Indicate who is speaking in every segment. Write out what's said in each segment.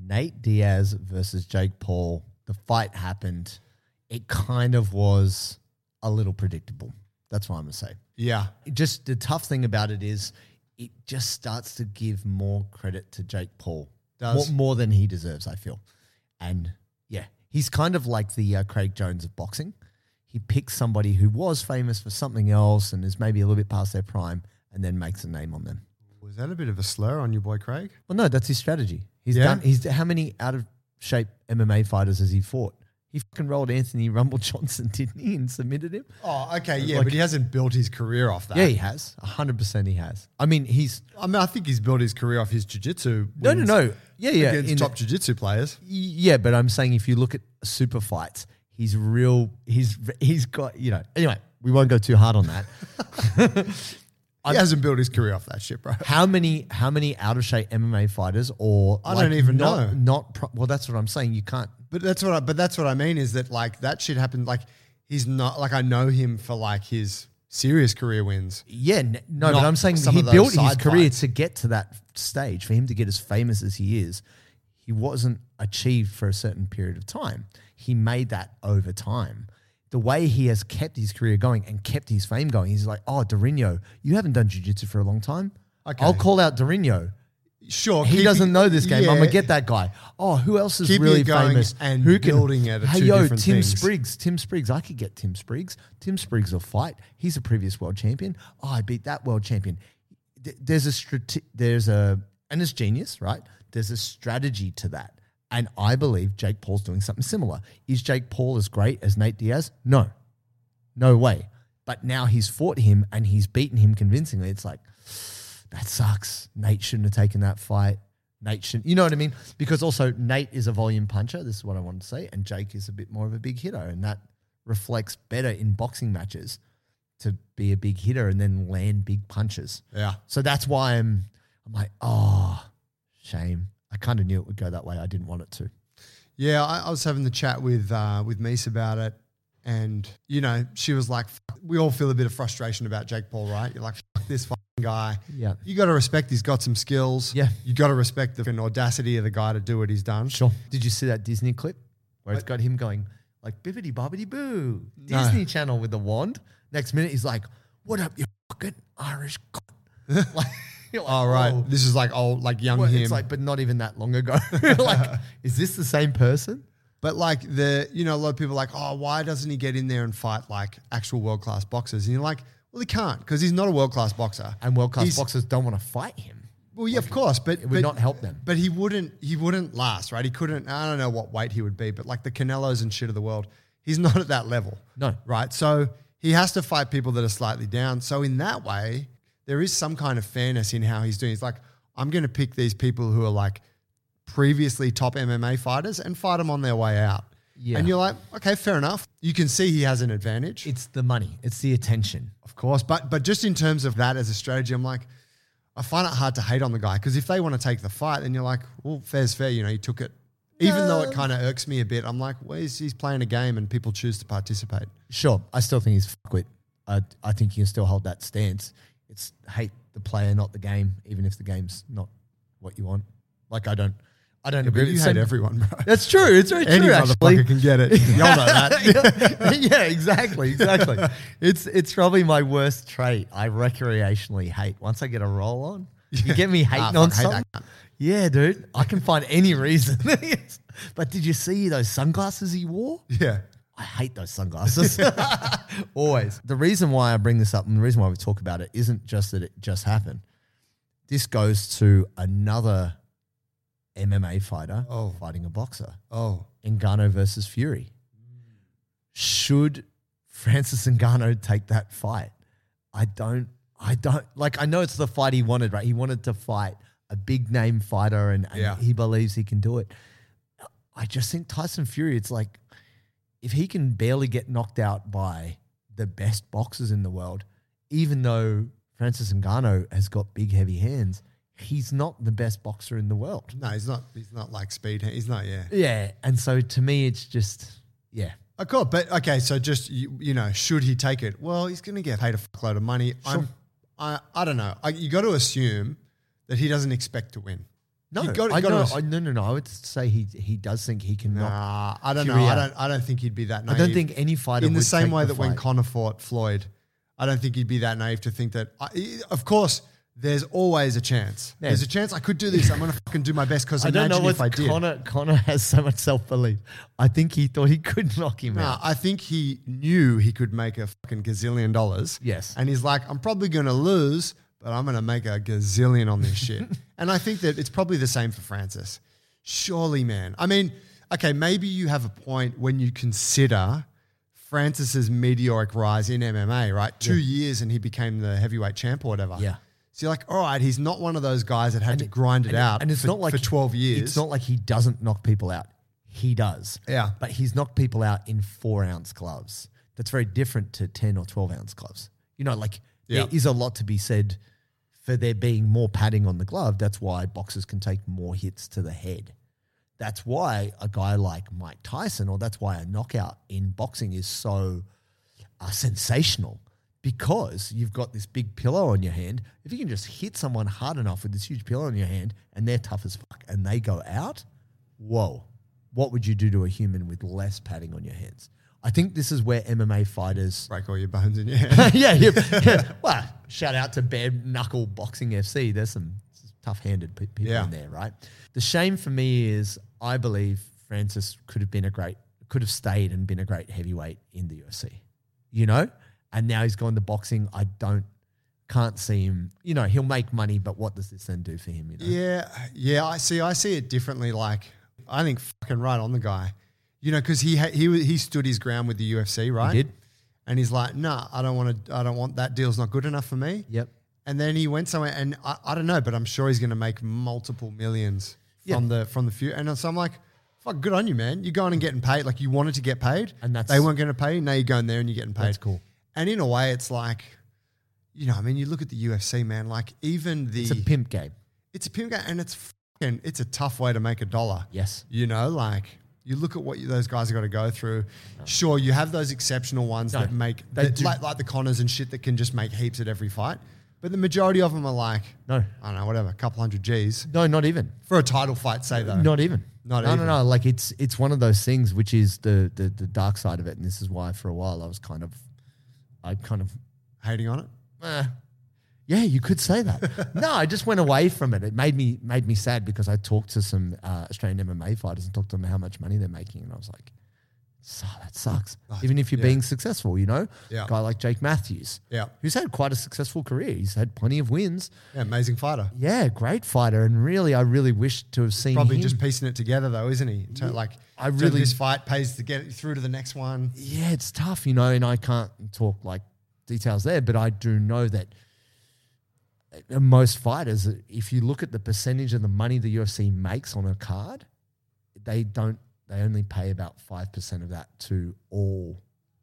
Speaker 1: Nate Diaz versus Jake Paul. The fight happened. It kind of was a little predictable. That's what I'm going to say.
Speaker 2: Yeah.
Speaker 1: It just the tough thing about it is it just starts to give more credit to Jake Paul.
Speaker 2: Does.
Speaker 1: More, more than he deserves, I feel. And yeah, he's kind of like the uh, Craig Jones of boxing. He picks somebody who was famous for something else and is maybe a little bit past their prime and then makes a name on them.
Speaker 2: Was that a bit of a slur on your boy Craig?
Speaker 1: Well, no, that's his strategy. He's
Speaker 2: Yeah?
Speaker 1: done. He's how many out of shape MMA fighters has he fought? He fucking rolled Anthony Rumble Johnson, didn't he, and submitted him?
Speaker 2: Oh, okay. Yeah,
Speaker 1: Uh, Like-
Speaker 2: but he hasn't built his career off that.
Speaker 1: Yeah, he has. hundred percent, he has. I mean, he's
Speaker 2: I mean, I think he's built his career off his jiu-jitsu.
Speaker 1: no, no,
Speaker 2: wins
Speaker 1: no. Yeah, yeah.
Speaker 2: Against
Speaker 1: in-
Speaker 2: top jiu-jitsu players.
Speaker 1: Yeah, but I'm saying if you look at super fights, he's real. He's he's got you know. Anyway, we won't go too hard on that.
Speaker 2: He hasn't built his career off that shit, bro.
Speaker 1: How many how many out of shape MMA fighters or
Speaker 2: I don't even
Speaker 1: not,
Speaker 2: know.
Speaker 1: Not pro- well. That's what I'm saying. You can't.
Speaker 2: But that's what I, but that's what I mean is that like that shit happened like he's not like I know him for like his serious career wins.
Speaker 1: Yeah, n- no, but
Speaker 2: Not
Speaker 1: I'm saying
Speaker 2: some
Speaker 1: he
Speaker 2: of those
Speaker 1: built his
Speaker 2: side
Speaker 1: career
Speaker 2: fights.
Speaker 1: to get to that stage. For him to get as famous as he is, he wasn't achieved for a certain period of time. He made that over time. The way he has kept his career going and kept his fame going, he's like, oh, Dorino, you haven't done jiu-jitsu for a long time.
Speaker 2: Okay.
Speaker 1: I'll call out Dorino.
Speaker 2: Sure,
Speaker 1: He
Speaker 2: keep-
Speaker 1: doesn't know this game. I'm
Speaker 2: yeah.
Speaker 1: gonna get that guy. Oh, who else is
Speaker 2: Keep it
Speaker 1: really
Speaker 2: going
Speaker 1: famous
Speaker 2: and
Speaker 1: who can,
Speaker 2: building it are
Speaker 1: Hey,
Speaker 2: two
Speaker 1: yo, Tim
Speaker 2: different things.
Speaker 1: Spriggs. Tim Spriggs. I could get Tim Spriggs. Tim Spriggs will fight. He's a previous world champion. Oh, I beat that world champion. Th- There's a strate- There's a and it's genius, right? There's a strategy to that, and I believe Jake Paul's doing something similar. Is Jake Paul as great as Nate Diaz? No, no way. But now he's fought him and he's beaten him convincingly. It's like, that sucks. Nate shouldn't have taken that fight. Nate shouldn't, you know what I mean? Because also, Nate is a volume puncher. This is what I wanted to say. And Jake is a bit more of a big hitter. And that reflects better in boxing matches to be a big hitter and then land big punches.
Speaker 2: Yeah.
Speaker 1: So that's why I'm, I'm like, oh, shame. I kind of knew it would go that way. I didn't want it to.
Speaker 2: Yeah, I, I was having the chat with uh, with Mies about it, and you know, she was like, "Fuck." "We all feel a bit of frustration about Jake Paul, right? You're like, Fuck this fucking guy.
Speaker 1: Yeah.
Speaker 2: you got to respect he's got some skills.
Speaker 1: Yeah.
Speaker 2: you got to respect the fucking audacity of the guy to do what he's done.
Speaker 1: Sure. Did you see that Disney clip where it's got him going like bibbity bobbity boo,
Speaker 2: No.
Speaker 1: Disney Channel with the wand? Next minute he's like, "What up, you fucking Irish?" cunt?" like, you're like,
Speaker 2: All right,
Speaker 1: "Whoa."
Speaker 2: this is like old, like young
Speaker 1: Well,
Speaker 2: him.
Speaker 1: it's like, but not even that long ago. like, is this the same person?
Speaker 2: But like the, you know, a lot of people are like, oh, why doesn't he get in there and fight like actual world class boxers? And you're like, well, he can't because he's not a world class boxer.
Speaker 1: And world class
Speaker 2: He's-
Speaker 1: boxers don't want to fight him.
Speaker 2: Well, yeah, of course, but
Speaker 1: It would
Speaker 2: but-
Speaker 1: not help them.
Speaker 2: But he wouldn't. He wouldn't last, right? He couldn't. I don't know what weight he would be, but like the Canelos and shit of the world, he's not at that level.
Speaker 1: No.
Speaker 2: right? So he has to fight people that are slightly down. So in that way, there is some kind of fairness in how he's doing. He's like, I'm going to pick these people who are like previously top MMA fighters and fight them on their way out.
Speaker 1: Yeah.
Speaker 2: And you're like, okay, fair enough. You can see he has an advantage.
Speaker 1: It's the money. It's the attention.
Speaker 2: Of course, but but just in terms of that as a strategy, I'm like, I find it hard to hate on the guy because if they want to take the fight, then you're like, well, fair's fair. You know, you took it. Even though it kind of irks me a bit, I'm like, well, he's, he's playing a game and people choose to participate.
Speaker 1: Sure, I still think he's fuckwit. I I think he can still hold that stance. It's hate the player, not the game, even if the game's not what you want. Like I don't, I don't agree.
Speaker 2: But
Speaker 1: with
Speaker 2: you
Speaker 1: same-
Speaker 2: hate everyone, bro.
Speaker 1: That's true. It's very
Speaker 2: Any
Speaker 1: true.
Speaker 2: motherfucker
Speaker 1: Actually,
Speaker 2: can get it. Y'all know that.
Speaker 1: yeah, yeah, exactly, exactly. it's it's probably my worst trait. I recreationally hate. Once I get a roll on, you get me hating
Speaker 2: Ah,
Speaker 1: on
Speaker 2: fuck, hate that
Speaker 1: something. Yeah, dude, I can find any reason. Yes. but did you see those sunglasses he wore?
Speaker 2: Yeah.
Speaker 1: I hate those sunglasses. Always. The reason why I bring this up and the reason why we talk about it isn't just that it just happened. This goes to another MMA fighter
Speaker 2: Oh.
Speaker 1: fighting a boxer.
Speaker 2: Oh,
Speaker 1: Ngannou versus Fury. Should Francis Ngannou take that fight? I don't. I don't like. I know it's the fight he wanted, right? He wanted to fight a big name fighter, and, and
Speaker 2: Yeah.
Speaker 1: he believes he can do it. I just think Tyson Fury, it's like if he can barely get knocked out by the best boxers in the world, even though Francis Ngannou has got big, heavy hands, he's not the best boxer in the world.
Speaker 2: No, he's not. He's not like speed. He's not. Yeah.
Speaker 1: Yeah. And so to me, it's just, yeah.
Speaker 2: Of course, but okay. So just you, you know, should he take it? Well, he's going to get paid a fuckload of money. I'm, I, I don't know. I, you got to assume that he doesn't expect to win.
Speaker 1: No,
Speaker 2: You gotta-
Speaker 1: I,
Speaker 2: you gotta
Speaker 1: know-
Speaker 2: ass-
Speaker 1: I- no, no, no. I would say he he does think he can knock
Speaker 2: Nah, I don't know.
Speaker 1: Fury
Speaker 2: I
Speaker 1: out.
Speaker 2: don't. I don't think he'd be that.
Speaker 1: E I
Speaker 2: Naive.
Speaker 1: don't think any fighter
Speaker 2: in the
Speaker 1: would
Speaker 2: same
Speaker 1: take
Speaker 2: way
Speaker 1: the
Speaker 2: that when
Speaker 1: fight.
Speaker 2: Connor fought Floyd, I don't think he'd be that naive to think that. I, of course, there's always a chance.
Speaker 1: Yeah.
Speaker 2: There's a chance I could do this. I'm going to fucking do my best because
Speaker 1: I don't know
Speaker 2: if I
Speaker 1: what
Speaker 2: did.
Speaker 1: Connor Connor has so much self belief. I think he thought he could knock him
Speaker 2: Nah,
Speaker 1: out.
Speaker 2: I think he knew he could make a fucking gazillion dollars.
Speaker 1: Yes.
Speaker 2: And he's like, I'm probably going to lose, but I'm going to make a gazillion on this shit. And I think that it's probably the same for Francis. Surely, man. I mean, okay, maybe you have a point when you consider Francis's meteoric rise in MMA, right? Two years and he became the heavyweight champ or whatever.
Speaker 1: Yeah.
Speaker 2: So you're like, all right, he's not one of those guys that had to grind it out
Speaker 1: and it's
Speaker 2: for,
Speaker 1: not like
Speaker 2: for 12 years.
Speaker 1: It's not like he doesn't knock people out. He does.
Speaker 2: Yeah.
Speaker 1: but he's knocked people out in four ounce gloves. That's very different to ten or twelve ounce gloves. You know, like
Speaker 2: Yeah.
Speaker 1: there is a lot to be said for there being more padding on the glove. That's why boxers can take more hits to the head. That's why a guy like Mike Tyson, or that's why a knockout in boxing is so are sensational because you've got this big pillow on your hand. If you can just hit someone hard enough with this huge pillow on your hand and they're tough as fuck and they go out, whoa, what would you do to a human with less padding on your hands? I think this is where MMA fighters.
Speaker 2: Break all your bones in your hand.
Speaker 1: yeah, yeah, yeah. Well, shout out to Bare Knuckle Boxing FC. There's some tough handed people
Speaker 2: Yeah.
Speaker 1: in there, right? The shame for me is I believe Francis could have been a great, could have stayed and been a great heavyweight in the UFC, you know? And now he's gone to boxing. I don't, can't see him, you know, he'll make money, but what does this then do for him, you know?
Speaker 2: Yeah, yeah. I see. I see it differently. Like, I think fucking right on the guy. You know, because he ha- he wa- he stood his ground with the UFC, right?
Speaker 1: did.
Speaker 2: And he's like, nah, I don't want to. I don't want that deal's not good enough for me.
Speaker 1: Yep.
Speaker 2: And then he went somewhere, and I, I don't know, but I'm sure he's going to make multiple millions
Speaker 1: Yeah.
Speaker 2: from the from the few. And so I'm like, fuck, good on you, man. You're going and getting paid. Like you wanted to get paid,
Speaker 1: And that's-
Speaker 2: they weren't going to pay. you. Now you're going there and you're getting paid.
Speaker 1: That's cool.
Speaker 2: And in a way, it's like, you know, I mean, you look at the UFC, man. Like even the
Speaker 1: It's a pimp game.
Speaker 2: it's a pimp game, and it's fucking, it's a tough way to make a dollar.
Speaker 1: Yes.
Speaker 2: You know, like you look at what you, those guys have got to go through. Sure, you have those exceptional ones
Speaker 1: No,
Speaker 2: that make
Speaker 1: they
Speaker 2: that,
Speaker 1: do-
Speaker 2: like like the Connors and shit that can just make heaps at every fight, but the majority of them are like
Speaker 1: No.
Speaker 2: I don't know, whatever, a couple hundred G's
Speaker 1: No, not even.
Speaker 2: for a title fight. Say though,
Speaker 1: Not even.
Speaker 2: Not
Speaker 1: no,
Speaker 2: even.
Speaker 1: No, no, Like it's it's one of those things which is the, the the dark side of it, and this is why for a while I was kind of, I kind of,
Speaker 2: hating on it.
Speaker 1: eh. yeah, you could say that. no, I just went away from it. It made me made me sad because I talked to some uh, Australian MMA fighters and talked to them how much money they're making, and I was like, so that sucks. even if you're
Speaker 2: yeah.
Speaker 1: being successful, you know,
Speaker 2: Yeah.
Speaker 1: guy like Jake Matthews,
Speaker 2: Yeah.
Speaker 1: who's had quite a successful career. He's had plenty of wins.
Speaker 2: Yeah, amazing fighter.
Speaker 1: Yeah, great fighter, and really, I really wish to have seen
Speaker 2: Probably
Speaker 1: him.
Speaker 2: just piecing it together though, isn't he? In ter- like,
Speaker 1: I
Speaker 2: in terms of
Speaker 1: really-
Speaker 2: this fight pays to get through to the next one.
Speaker 1: yeah, it's tough, you know, and I can't talk like details there, but I do know that uh, most fighters, if you look at the percentage of the money the UFC makes on a card, they don't, they only pay about 5% of that to all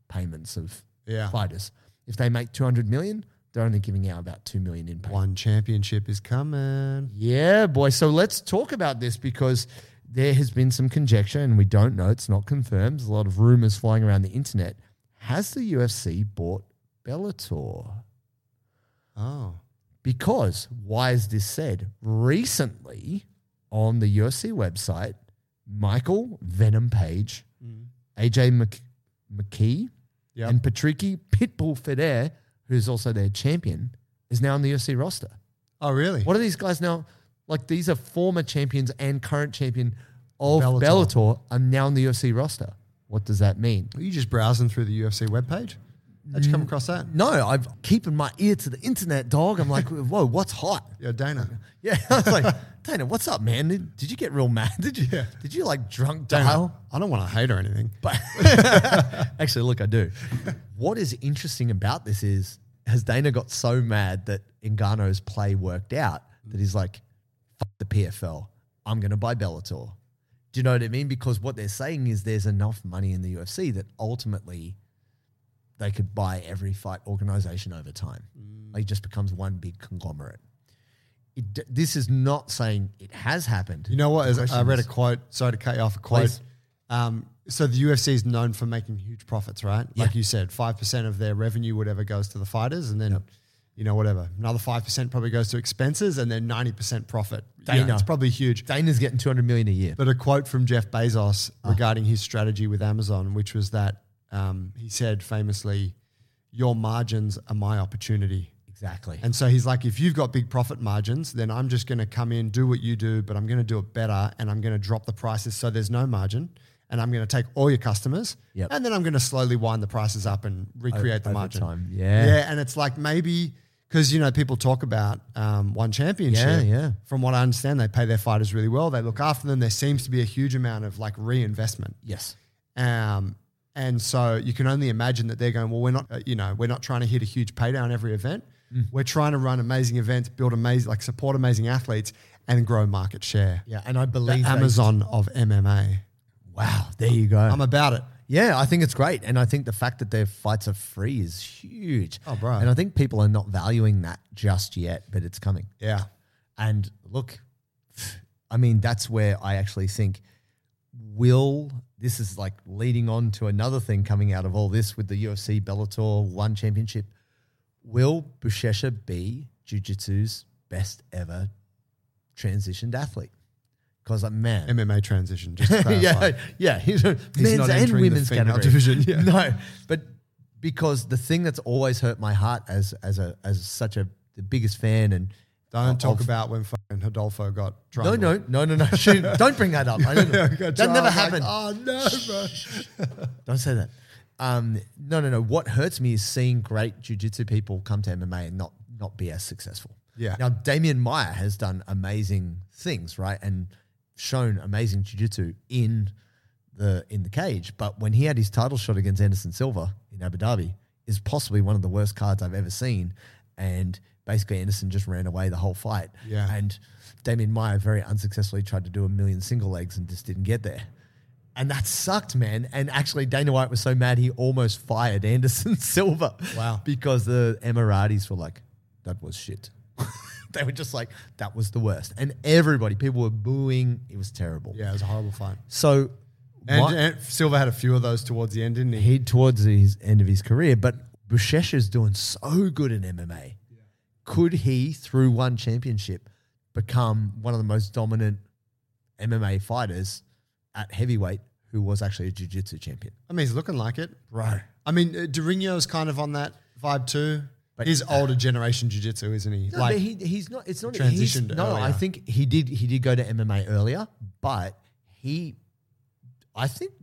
Speaker 1: payments of
Speaker 2: Yeah.
Speaker 1: fighters. If they make 200 million, they're only giving out about 2 million in pay.
Speaker 2: One championship is coming.
Speaker 1: Yeah, boy. So let's talk about this because there has been some conjecture and we don't know. It's not confirmed. There's a lot of rumors flying around the internet. Has the UFC bought Bellator?
Speaker 2: Oh,
Speaker 1: Because, why is this said? Recently on the UFC website, Michael Venom Page, AJ Mc- McKee,
Speaker 2: yeah.
Speaker 1: and Patricky Pitbull Feder, who's also their champion, is now on the UFC roster.
Speaker 2: Oh, really?
Speaker 1: What are these guys now? Like these are former champions and current champion of
Speaker 2: Bellator.
Speaker 1: Bellator, are now on the UFC roster. What does that mean?
Speaker 2: Were you just browsing through the UFC webpage? How'd you come across that?
Speaker 1: No, I'm keeping my ear to the internet, dog. I'm like, whoa, what's hot?
Speaker 2: Yeah, Dana.
Speaker 1: Yeah, I was like, Dana, what's up, man? Did, did you get real mad? Did you? Did you like drunk
Speaker 2: Dana,
Speaker 1: dial?
Speaker 2: I don't want to hate or anything.
Speaker 1: But actually, look, I do. What is interesting about this is has Dana got so mad that Engano's play worked out that he's like, fuck the PFL. I'm going to buy Bellator. Do you know what I mean? Because what they're saying is there's enough money in the UFC that ultimately they could buy every fight organization over time.
Speaker 2: Mm.
Speaker 1: Like it just becomes one big conglomerate. It, d- this is not saying it has happened.
Speaker 2: You know what?
Speaker 1: The
Speaker 2: As I
Speaker 1: question
Speaker 2: read a
Speaker 1: is-
Speaker 2: quote. Sorry to cut you off. A quote.
Speaker 1: Please.
Speaker 2: Um, so the UFC is known for making huge profits, right? Like
Speaker 1: Yeah.
Speaker 2: you said, five percent of their revenue, whatever, goes to the fighters, and then you know whatever another five percent probably goes to expenses, and then ninety percent profit. You know,
Speaker 1: Dana.
Speaker 2: it's probably huge.
Speaker 1: Dana's getting 200 million a year.
Speaker 2: But a quote from Jeff Bezos regarding his strategy with Amazon, which was that um, he said famously, "Your margins are my opportunity."
Speaker 1: Exactly.
Speaker 2: And so he's like, if you've got big profit margins, then I'm just going to come in, do what you do, but I'm going to do it better and I'm going to drop the prices so there's no margin. And I'm going to take all your customers
Speaker 1: Yep.
Speaker 2: and then I'm going to slowly wind the prices up and recreate the
Speaker 1: over
Speaker 2: margin.
Speaker 1: time, yeah.
Speaker 2: Yeah. And it's like maybe because, you know, people talk about um, one championship.
Speaker 1: Yeah, yeah.
Speaker 2: From what I understand, they pay their fighters really well. They look after them. There seems to be a huge amount of like reinvestment.
Speaker 1: yes.
Speaker 2: Um, and so you can only imagine that they're going, well, we're not, uh, you know, we're not trying to hit a huge payday on every event.
Speaker 1: Mm.
Speaker 2: We're trying to run amazing events, build amazing, like support amazing athletes and grow market share.
Speaker 1: Yeah. And I
Speaker 2: The
Speaker 1: believe they-
Speaker 2: Amazon of MMA.
Speaker 1: wow. There you go.
Speaker 2: I'm about it.
Speaker 1: Yeah, I think it's great. And I think the fact that their fights are free is huge.
Speaker 2: Oh, bro.
Speaker 1: And I think people are not valuing that just yet, but it's coming.
Speaker 2: Yeah.
Speaker 1: And look, I mean, that's where I actually think will this is like leading on to another thing coming out of all this with the UFC Bellator One Championship. Will Bushesha be Jiu Jitsu's best ever transitioned athlete? Because like, man,
Speaker 2: MMA transition. Just to clarify.
Speaker 1: yeah, yeah. He's, a men's
Speaker 2: not
Speaker 1: and
Speaker 2: entering the
Speaker 1: women's
Speaker 2: female
Speaker 1: category.
Speaker 2: division, yeah.
Speaker 1: No, but because the thing that's always hurt my heart as as a as such a the biggest fan and
Speaker 2: Don't
Speaker 1: of-
Speaker 2: talk about when fucking Hodolfo got drunk.
Speaker 1: no no no no no shoot, don't bring that up I don't know. that never happened
Speaker 2: oh no, bro.
Speaker 1: don't say that um, no no no what hurts me is seeing great jujitsu people come to MMA and not not be as successful
Speaker 2: Yeah.
Speaker 1: now Damien Meyer has done amazing things right and shown amazing jujitsu in the in the cage. But when he had his title shot against Anderson Silva in Abu Dhabi, is possibly one of the worst cards I've ever seen. And basically, Anderson just ran away the whole fight.
Speaker 2: Yeah.
Speaker 1: And Damien Meyer very unsuccessfully tried to do a million single legs and just didn't get there. And that sucked, man. And actually, Dana White was so mad he almost fired Anderson Silva.
Speaker 2: Wow.
Speaker 1: Because the Emiratis were like, that was shit. they were just like, that was the worst. And everybody, people were booing. It was terrible.
Speaker 2: Yeah, it was a horrible fight.
Speaker 1: So
Speaker 2: And,
Speaker 1: what-
Speaker 2: and Silva had a few of those towards the end, didn't he?
Speaker 1: he towards his end of his career, but Bushesh is doing so good in MMA. Could he, through one championship, become one of the most dominant MMA fighters at heavyweight who was actually a jiu-jitsu champion?
Speaker 2: I mean, he's looking like it.
Speaker 1: Right.
Speaker 2: I mean, uh, Dorinho's kind of on that vibe too.
Speaker 1: But-
Speaker 2: He's older generation jiu-jitsu, isn't he?
Speaker 1: No,
Speaker 2: like,
Speaker 1: but he, he's not. It's not. He's,
Speaker 2: transitioned
Speaker 1: no, I
Speaker 2: earlier.
Speaker 1: think he did. He did go to MMA earlier, but he, I think,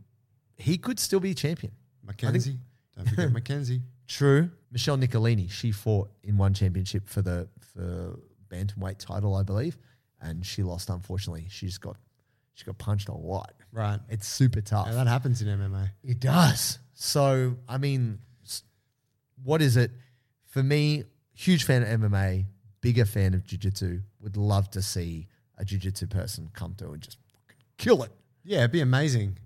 Speaker 1: he could still be champion.
Speaker 2: Mackenzie. Don't forget Mackenzie.
Speaker 1: True. Michelle Nicolini, she fought in one championship for the for bantamweight title, I believe, and she lost. Unfortunately, she just got she got punched a lot.
Speaker 2: Right.
Speaker 1: It's super tough.
Speaker 2: Yeah, that happens in MMA.
Speaker 1: It does. So, I mean, s- what is it? For me, huge fan of MMA, bigger fan of jiu-jitsu. Would love to see a jiu-jitsu person come through and just fucking kill it.
Speaker 2: Yeah, it'd be amazing.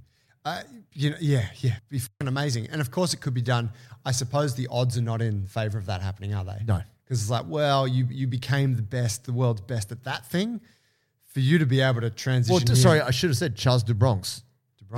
Speaker 2: Uh, you know, yeah, yeah, it'd be fucking amazing. And of course, it could be done. I suppose the odds are not in favor of that happening, are they?
Speaker 1: No.
Speaker 2: because it's like, well, you you became the best, the world's best at that thing. For you to be able to transition,
Speaker 1: Well, t-
Speaker 2: here-
Speaker 1: sorry, I should have said Charles DeBronx.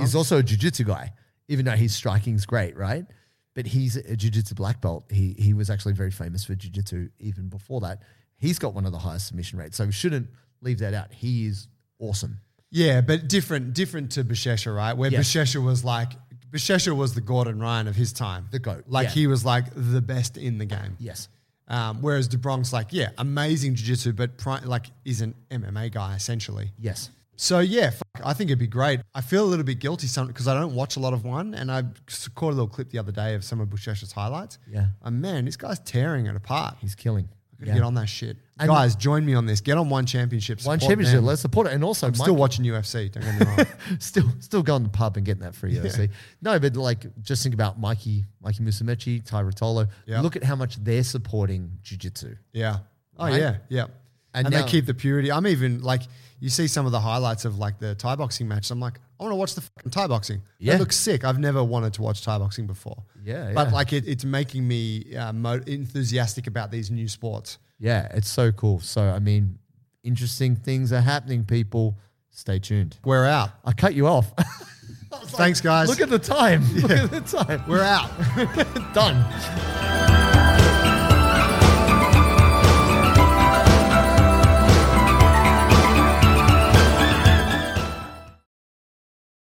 Speaker 1: He's also a jiu-jitsu guy, even though his striking's great, right? But he's a jiu-jitsu black belt. He he was actually very famous for jiu-jitsu even before that. He's got one of the highest submission rates, so we shouldn't leave that out. He is awesome.
Speaker 2: Yeah, but different different to Bashesha, right? Where
Speaker 1: Yes.
Speaker 2: Bashesha was like Bashesha was the Gordon Ryan of his time.
Speaker 1: The GOAT,
Speaker 2: Like
Speaker 1: yeah.
Speaker 2: he was like the best in the game.
Speaker 1: Yes.
Speaker 2: Um, whereas DeBronk's like, yeah, amazing jiu-jitsu, but pri- like is an MMA guy essentially.
Speaker 1: Yes.
Speaker 2: So yeah, fuck, I think it'd be great. I feel a little bit guilty because I don't watch a lot of one, and I s- caught a little clip the other day of some of Bushesha's highlights.
Speaker 1: Yeah.
Speaker 2: and man, this guy's tearing it apart. He's
Speaker 1: He's killing.
Speaker 2: gonna get on that shit,
Speaker 1: And-
Speaker 2: guys. Join me on this. Get on one championship.
Speaker 1: One
Speaker 2: support
Speaker 1: championship.
Speaker 2: them.
Speaker 1: Let's support it. And also,
Speaker 2: I'm still watching UFC. Don't get me wrong.
Speaker 1: still still going to the pub and getting that free UFC. No, but like just think about Mikey, Mikey Musumeci, Ty Rotolo.
Speaker 2: Yeah.
Speaker 1: Look at how much they're supporting jiu-jitsu.
Speaker 2: Yeah. Oh
Speaker 1: Right?
Speaker 2: yeah, yeah. and,
Speaker 1: And
Speaker 2: they
Speaker 1: now-
Speaker 2: keep the purity. I'm even like, you see some of the highlights of like the Thai boxing matches. I'm like, I want to watch the fucking Thai boxing.
Speaker 1: Yeah.
Speaker 2: It looks sick. I've never wanted to watch Thai boxing before.
Speaker 1: Yeah,
Speaker 2: But
Speaker 1: yeah.
Speaker 2: like, it, it's making me uh, mo- enthusiastic about these new sports.
Speaker 1: Yeah, it's so cool. So I mean, interesting things are happening. People, stay tuned.
Speaker 2: We're out.
Speaker 1: I cut you off.
Speaker 2: Thanks, guys.
Speaker 1: Look at the time. Look at the time.
Speaker 2: We're out.
Speaker 1: We're done.